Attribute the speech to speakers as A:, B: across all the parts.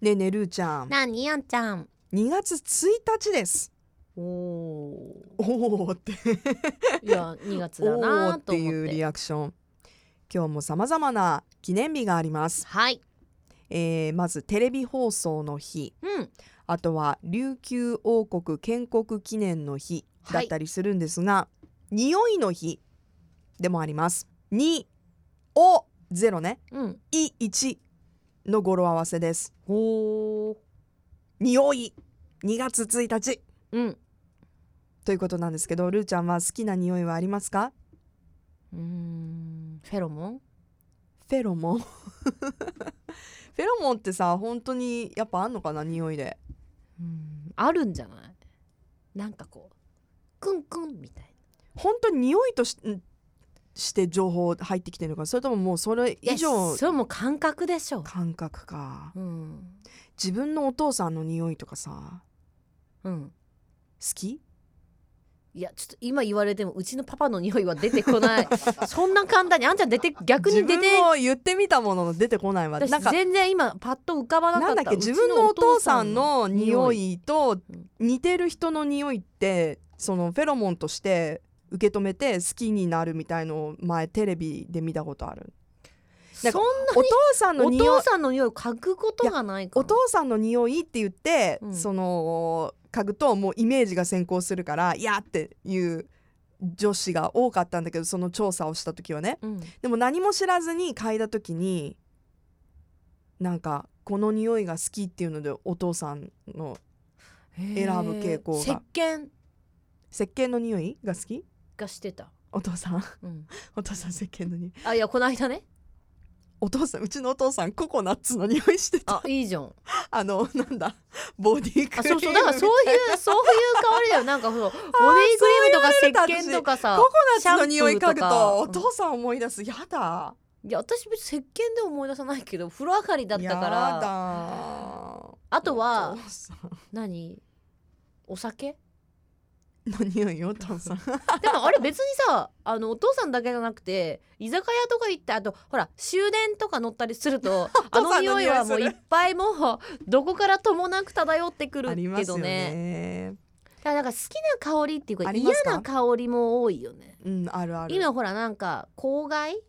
A: ねえねえるーちゃん
B: なあにあんちゃん
A: 2月1日です
B: おおー
A: おおって
B: いや2月
A: お
B: だ
A: おっ
B: なー
A: て
B: と思
A: いう
B: っ
A: リ
B: て
A: アクション今日もさまざまな記念日があります、
B: はい
A: えーまずテレビ放送の日
B: うん
A: あとは琉球王国建国記念の日だったりするんですが、匂いの日でもあります2お0ね
B: うん
A: い1の語呂合わせです
B: おお
A: 匂い2月1日
B: うん
A: ということなんですけどルーちゃんは好きな匂いはありますか
B: うーんフェロモン
A: フェロモンフェロモンってさ本当にやっぱあんのかな匂いで
B: うんあるんじゃないなんかこうクンクンみたい
A: 本当に匂いとしんして情報入ってきてるのかそれとももうそれ
B: な
A: 以上
B: えそれもう感覚でしょ
A: 感覚か
B: うん
A: 自分のお父さんの匂いとかさ
B: うん
A: 好き
B: いやちょっと今言われてもうちのパパの匂いは出てこない そんな簡単にあんちゃん出て逆に出
A: 自
B: て
A: 分も言ってみたものの出てこないわなん
B: 私
A: か
B: 全然今パッと浮かばなか
A: な
B: っ
A: ん
B: た
A: だっけ
B: うち
A: 自分のお父さんの匂いと
B: うん
A: 似てる人の匂いってそのフェロモンとして受け止めて好きになるみたいのを前テレビで見たことあるなん
B: そ
A: か
B: ん
A: お父さんの
B: お
A: 匂い
B: 父さんの匂いを嗅ぐことがないか
A: お
B: ら
A: 父さんの匂いって言って、
B: うん
A: その嗅ぐともうイメージが先行するから「いや!」っていう女子が多かったんだけどその調査をした時はね
B: うん
A: でも何も知らずに嗅いだ時になんかこの匂いが好きっていうのでお父さんの
B: 選
A: ぶ傾向が
B: 石鹸
A: 石鹸の匂いが好き
B: がしてた、
A: お父さん
B: うん、
A: お父さん石鹸の匂い
B: あいやこの間ね
A: お父さんうちのお父さんココナッツの匂いしてた
B: あいいじ ゃん
A: あのなんだボディクリーム
B: あそうそうだからそう
A: みたい
B: いうそういう香りだよなんかそうボディクリームとか
A: そう言われ
B: 石
A: ると
B: 鹸とかさ
A: ココナッツの匂い嗅ぐ
B: シャンプー
A: とお
B: とか
A: 父さん思い出すやだ
B: いや私別に石鹸で思い出さないけど風呂上がりだったか
A: や
B: ら
A: だ
B: あとは
A: お父さん
B: 何お酒
A: の匂いよお父さん
B: でもあれ別にさあのお父さんだけじゃなくて居酒屋とか行ってあとほら終電とか乗ったりする とあ
A: 父
B: の
A: さんの
B: 匂いはもう
A: 匂い
B: い
A: する
B: っぱいもう どこからともなく漂ってくる
A: ありま
B: け
A: すよ
B: どね
A: ね
B: だからなんか好きな香りっていうか
A: ありま
B: 嫌
A: すか
B: な香りも多いよね
A: うんあるある
B: 今ほらなんか公害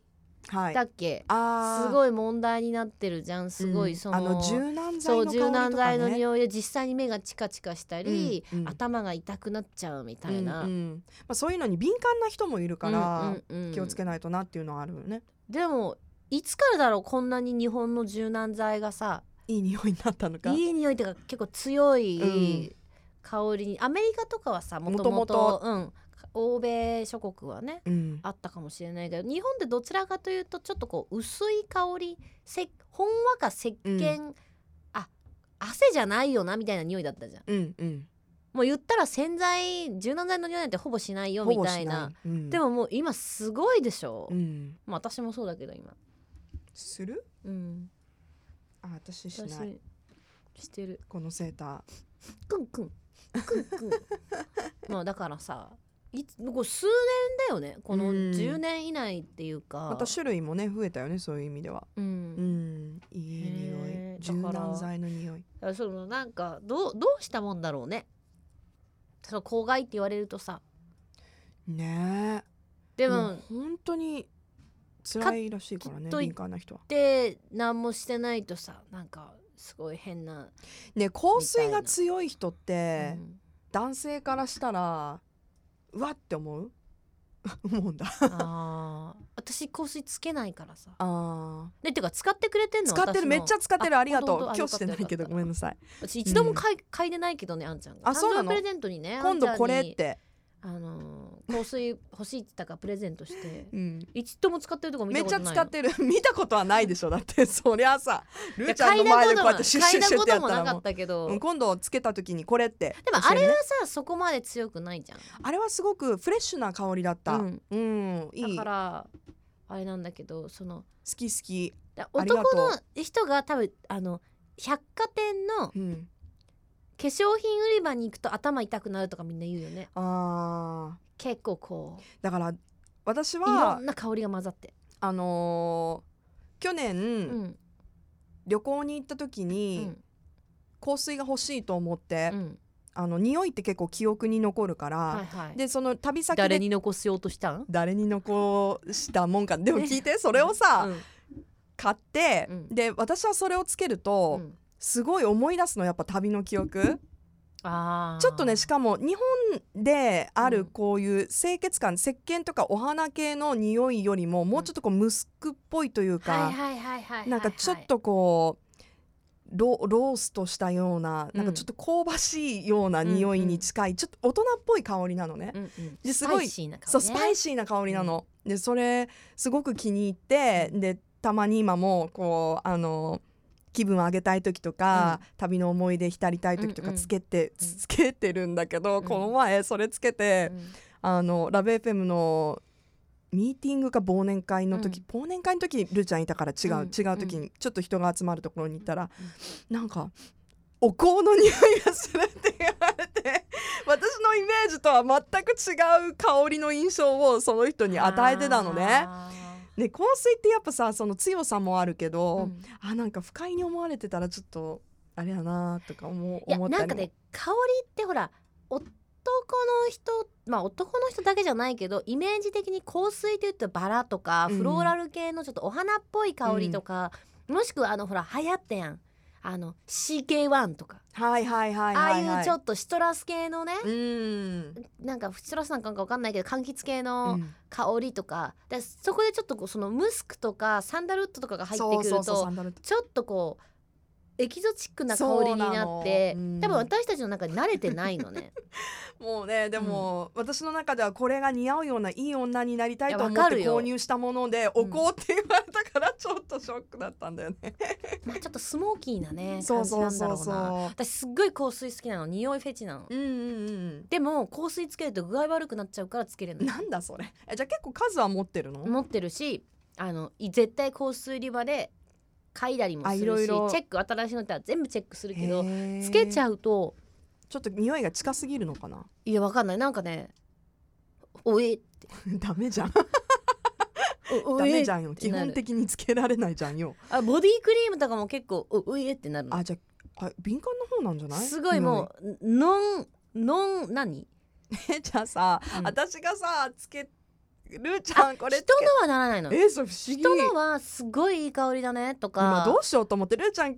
A: はい
B: だっけ、
A: あー
B: すごい問題になってるじゃんすご
A: うん
B: いその,、
A: あの柔軟剤
B: そ
A: の
B: う
A: 香り
B: 柔軟
A: とか
B: 剤の
A: ね
B: 匂いで実際に目がチカチカしたり、
A: うんうん
B: 頭が痛くなっちゃうみたいな、
A: うんうんまあ、そういうのに敏感な人もいるから、
B: うんうんうん
A: 気をつけないとなっていうのはあるよね
B: でもいつからだろうこんなに日本の柔軟剤がさ
A: いい匂いになったのか
B: いい匂いとか結構強
A: う
B: い香りに、アメリカとかはさもとも
A: 元
B: と
A: 々
B: うん欧米諸国はね
A: うん、
B: あったかもしれないけど日本でどちらかというとちょっとこう薄い香りせほんわか石鹸、あ汗じゃないよなみたいな匂いだったじゃん
A: うんうん
B: もう言ったら洗剤柔軟剤の匂いなんてほぼしないよみたい
A: ほ
B: な
A: ぼしないうん、
B: でももう今すごいでしょ、
A: うん、
B: まあ私もそうだけど今
A: する
B: うん
A: あ私し
B: 私
A: ない
B: してる
A: このセータ
B: クンクンクンクン まあだからさいつこう数年だよねこの
A: うん
B: 10年以内っていう
A: ー
B: か
A: また種類もね増えたよねそういう意味では
B: う、
A: うんんいい匂
B: へ
A: い
B: ー
A: 柔
B: だから
A: 軟剤の匂い
B: だからそのなんかどうどうしたもんだろうねその公害って言われるとさ
A: ねえ
B: でも、
A: う本当に辛いらしいから
B: か
A: ね
B: っとい
A: 敏感な人は
B: で何もしてないとさなんかすごい変な、
A: ね香水が強い人って
B: う、ん
A: 男性からしたらうわって思う 思うんだ
B: あー私香水つけないからさ
A: あ
B: でてか使ってくれてんの
A: 使ってるめっちゃ使ってる
B: あ
A: ありがと
B: ほん
A: う
B: とあ
A: 今日してないけど
B: よかったよかった
A: ごめんなさい
B: 私一度も買い,、買いでないけどねあんちゃんが
A: あそうなの
B: 誕生日プレゼントにね
A: 今度これ
B: あんちゃん
A: っ
B: に
A: て、
B: あのー香水欲しいって言ったからプレゼントして
A: うん、
B: 一度も使ってるとこ見
A: め
B: た
A: っ
B: こ
A: ちゃ
B: とない
A: 使ってる見たことはないでしょだって そりゃさルーちゃんの前でこうやってシュッシュッシュッってやっ
B: 嗅いだことも
A: た
B: な
A: ら
B: か
A: も
B: っ
A: う
B: たけど、
A: うん
B: でも
A: 今度つけた時にこれって
B: あれ
A: 教え
B: は
A: てね
B: さそこまで強くないじゃん
A: あれはすごくフレッシュな香りだった
B: う
A: うん
B: ん、
A: いい
B: だか
A: 好
B: らあれなんだけどその
A: き好き
B: だ
A: ありがとう
B: 男の人が多分あの百貨店の化
A: うん
B: 粧品売り場に行くと頭痛くなるとかみんな言うよね
A: あー
B: 結構こう
A: だから私
B: いろ
A: は
B: んな香りが混ざって
A: あのー去年、
B: うん
A: 旅行に行った時
B: う
A: に、
B: ん
A: 香水が欲しいと思って、
B: うん
A: あの匂いって結構記憶に残るから、
B: はいはい、
A: でその旅先で
B: 誰に残しようとしたん、
A: 誰に残したもんかでも聞いてそれをさ、
B: うん
A: 買って、
B: うん
A: で私はそれをつけると、
B: うん
A: すごい思い出すのやっぱ旅の記憶
B: あー
A: ちょっとねしかも日本であ
B: う
A: る
B: ん
A: こういう清潔感石鹸とかお花系の匂いよりももうちょっとこうムスクっぽいというか、
B: はいはいはいはいはいはい
A: なんかちょっとこうロローストしたようななんかちょっと香ばしいような匂いに近い、ちょっと大人っぽい香りなのね。
B: うんうん
A: ですごい
B: スパイシーな顔ね
A: そうスパイシーな香りなの、でそれすごく気に入ってでたまに今もこうあの気分を上げたい時とか、旅の思い出浸りたい時と
B: うん
A: か
B: うん
A: つけて、つつけてるんだけど、
B: うん
A: この前それつけて、
B: うん
A: あのラブ FM のミーティングか忘年会の時、
B: う
A: 忘年会の時ルーちゃんいたから違う、
B: うん
A: 違う時にちょっと人が集まるところに行ったら、なんかお香の匂いがするって言われて 私のイメージとは全く違う香りの印象をその人に与えてたのね。
B: あー
A: で香水ってやっぱさその強さもあるけど、
B: うん
A: あなんか不快に思われてたらちょっとあれだなとか思う
B: いや
A: 思ったり
B: なんか
A: も
B: ね香りってほら男の人まあ男の人だけじゃないけどイメージ的に香水っていうとバラとか
A: うん
B: フローラル系のちょっとお花っぽい香りとか、もしくはあのほら流行ったやんあの CK1 とか、
A: はいはいはいはい、はい、
B: ああいうちょっとシトラス系のね
A: うん、
B: なんかシトラスなんかわかんないけど柑橘系
A: う
B: の
A: ん
B: 香りとか,、でそこでちょっとこうそのムスクとかサンダルウッドとかが入ってくると
A: そうそうそうサンダルと
B: ちょっとこうエキゾチックな香りになって
A: そうなのうん
B: 多分私たちの中に慣れてない のね。
A: もうねでも、私の中ではこれが似合うようないい女になりたいと思っ
B: いやわか
A: て
B: るよ
A: 購入したものでお香って言われたからちょっとショックだったんだよね。
B: まあちょっとスモーキーな ね
A: そう
B: 感じ
A: そ
B: な
A: うん
B: だ
A: そ
B: ろ
A: う
B: う
A: そ
B: な。
A: う。
B: 私すっごい香水好きなの匂いフェチなの。
A: うんうんうん
B: でも香水つけると具合悪くなっちゃうからつける
A: うん。
B: の。
A: なんだそれ。えじゃあ結構数は持ってるの？
B: 持ってるしあのい絶対香水売り場で嗅いだりもす
A: あいろ
B: る
A: い
B: し
A: ろ
B: チェック新しいのって全部チェックするけどつ
A: つ
B: けち
A: う。
B: ゃうと
A: ちょっと匂いが近すぎるのかな。
B: いやわかんないなんかねおえって
A: ダメじゃん。
B: お
A: ダ
B: おえ
A: メ
B: っ
A: じゃんよ。基本的につけられないじゃんよ。
B: あボディクリームとかも結構おおえってなるの。
A: あじゃああ敏感の方なんじゃない？
B: すごいもうノンノン何、
A: 匂い。え じゃあさ、
B: うん
A: 私がさつけるちゃんこれつ
B: 人
A: け
B: のはならないの
A: えそれ不思議。
B: 人のはすごいいい香りだねと
A: 今
B: か
A: どうしようと思ってるーちゃん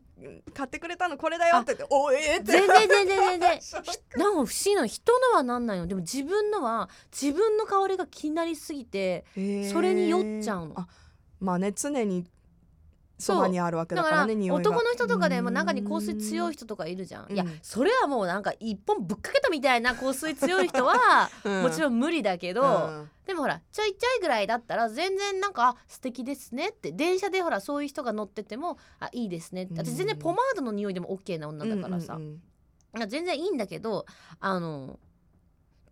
A: 買ってくれたのこれだよって言っておえーって
B: 全然全然全然
A: ショック
B: なんか不思議なの人のはなんないのでも自分のは自分の香りが気になりすぎてそれに酔っちゃうの
A: へーあまあね常に
B: そ
A: そうばにあるわけ
B: だ
A: だ
B: か
A: から
B: ら
A: ね匂いが
B: 男の人とかでも中に香水強い人とかいるじゃん、
A: うん
B: いやそれはもうなんか一本ぶっかけたみたいな香水強い人は
A: 人
B: もち
A: ん
B: ろん無理だけど、
A: うん
B: でもほらちょいちょいぐらいだったら全然なんかあ素敵ですねって電車でほらそういう人が乗っててもあいいですねって
A: うん
B: 私全然ポマードの匂いでも OK な女だからさ、
A: うんうんうん
B: あ全然いいんだけどあの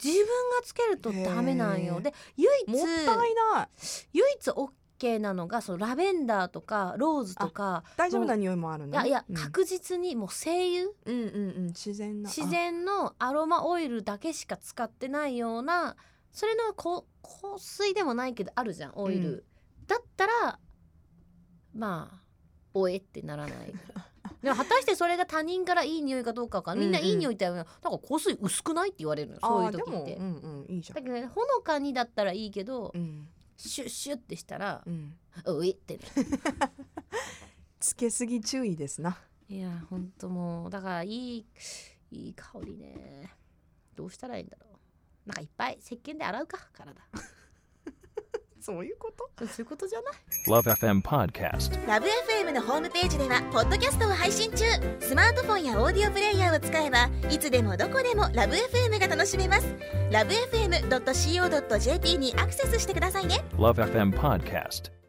B: 自分がつけるとダメなん
A: へ
B: よ
A: ー
B: で唯一
A: もったいない
B: 唯一 OK なのがそのラベンダーとかローズとか
A: 大丈夫な匂いもある
B: い
A: の
B: やいや
A: うん
B: 確実にもう精油、
A: うんうんうん自然な
B: 自然のアロマオイルだけしか使ってないようなそれのこ香水でもないけどあるじゃんオイル、
A: う
B: だったらまあおえってならない でも果たしてそれが他人からいい匂いかどうかかみんな
A: うんうん
B: いい匂いって言うのなんか香水薄くないって言われるのよ
A: あ
B: そうい
A: あ
B: う
A: ー
B: 時
A: でも
B: っ
A: う
B: て。
A: んうんいいじゃ
B: だ
A: ん
B: けどねほのかにだったらいいけど、
A: うん
B: シュッシュッってしたら
A: うん
B: おえってなる
A: つけすぎ注意ですない
B: やほんともうだからいいいい香りねどうしたらいいんだろうなんかいっぱい石鹸で洗うか体
A: そういうこと
B: そういうことじゃない
C: Love FM Podcast.
D: ラブ f m のホームページではポッドキャストを配信中スマートフォンやオーディオプレイヤーを使えばいつでもどこでもラブ f m が楽しめますラブ FM.co.jp にアクセスしてくださいね
C: Love FM Podcast.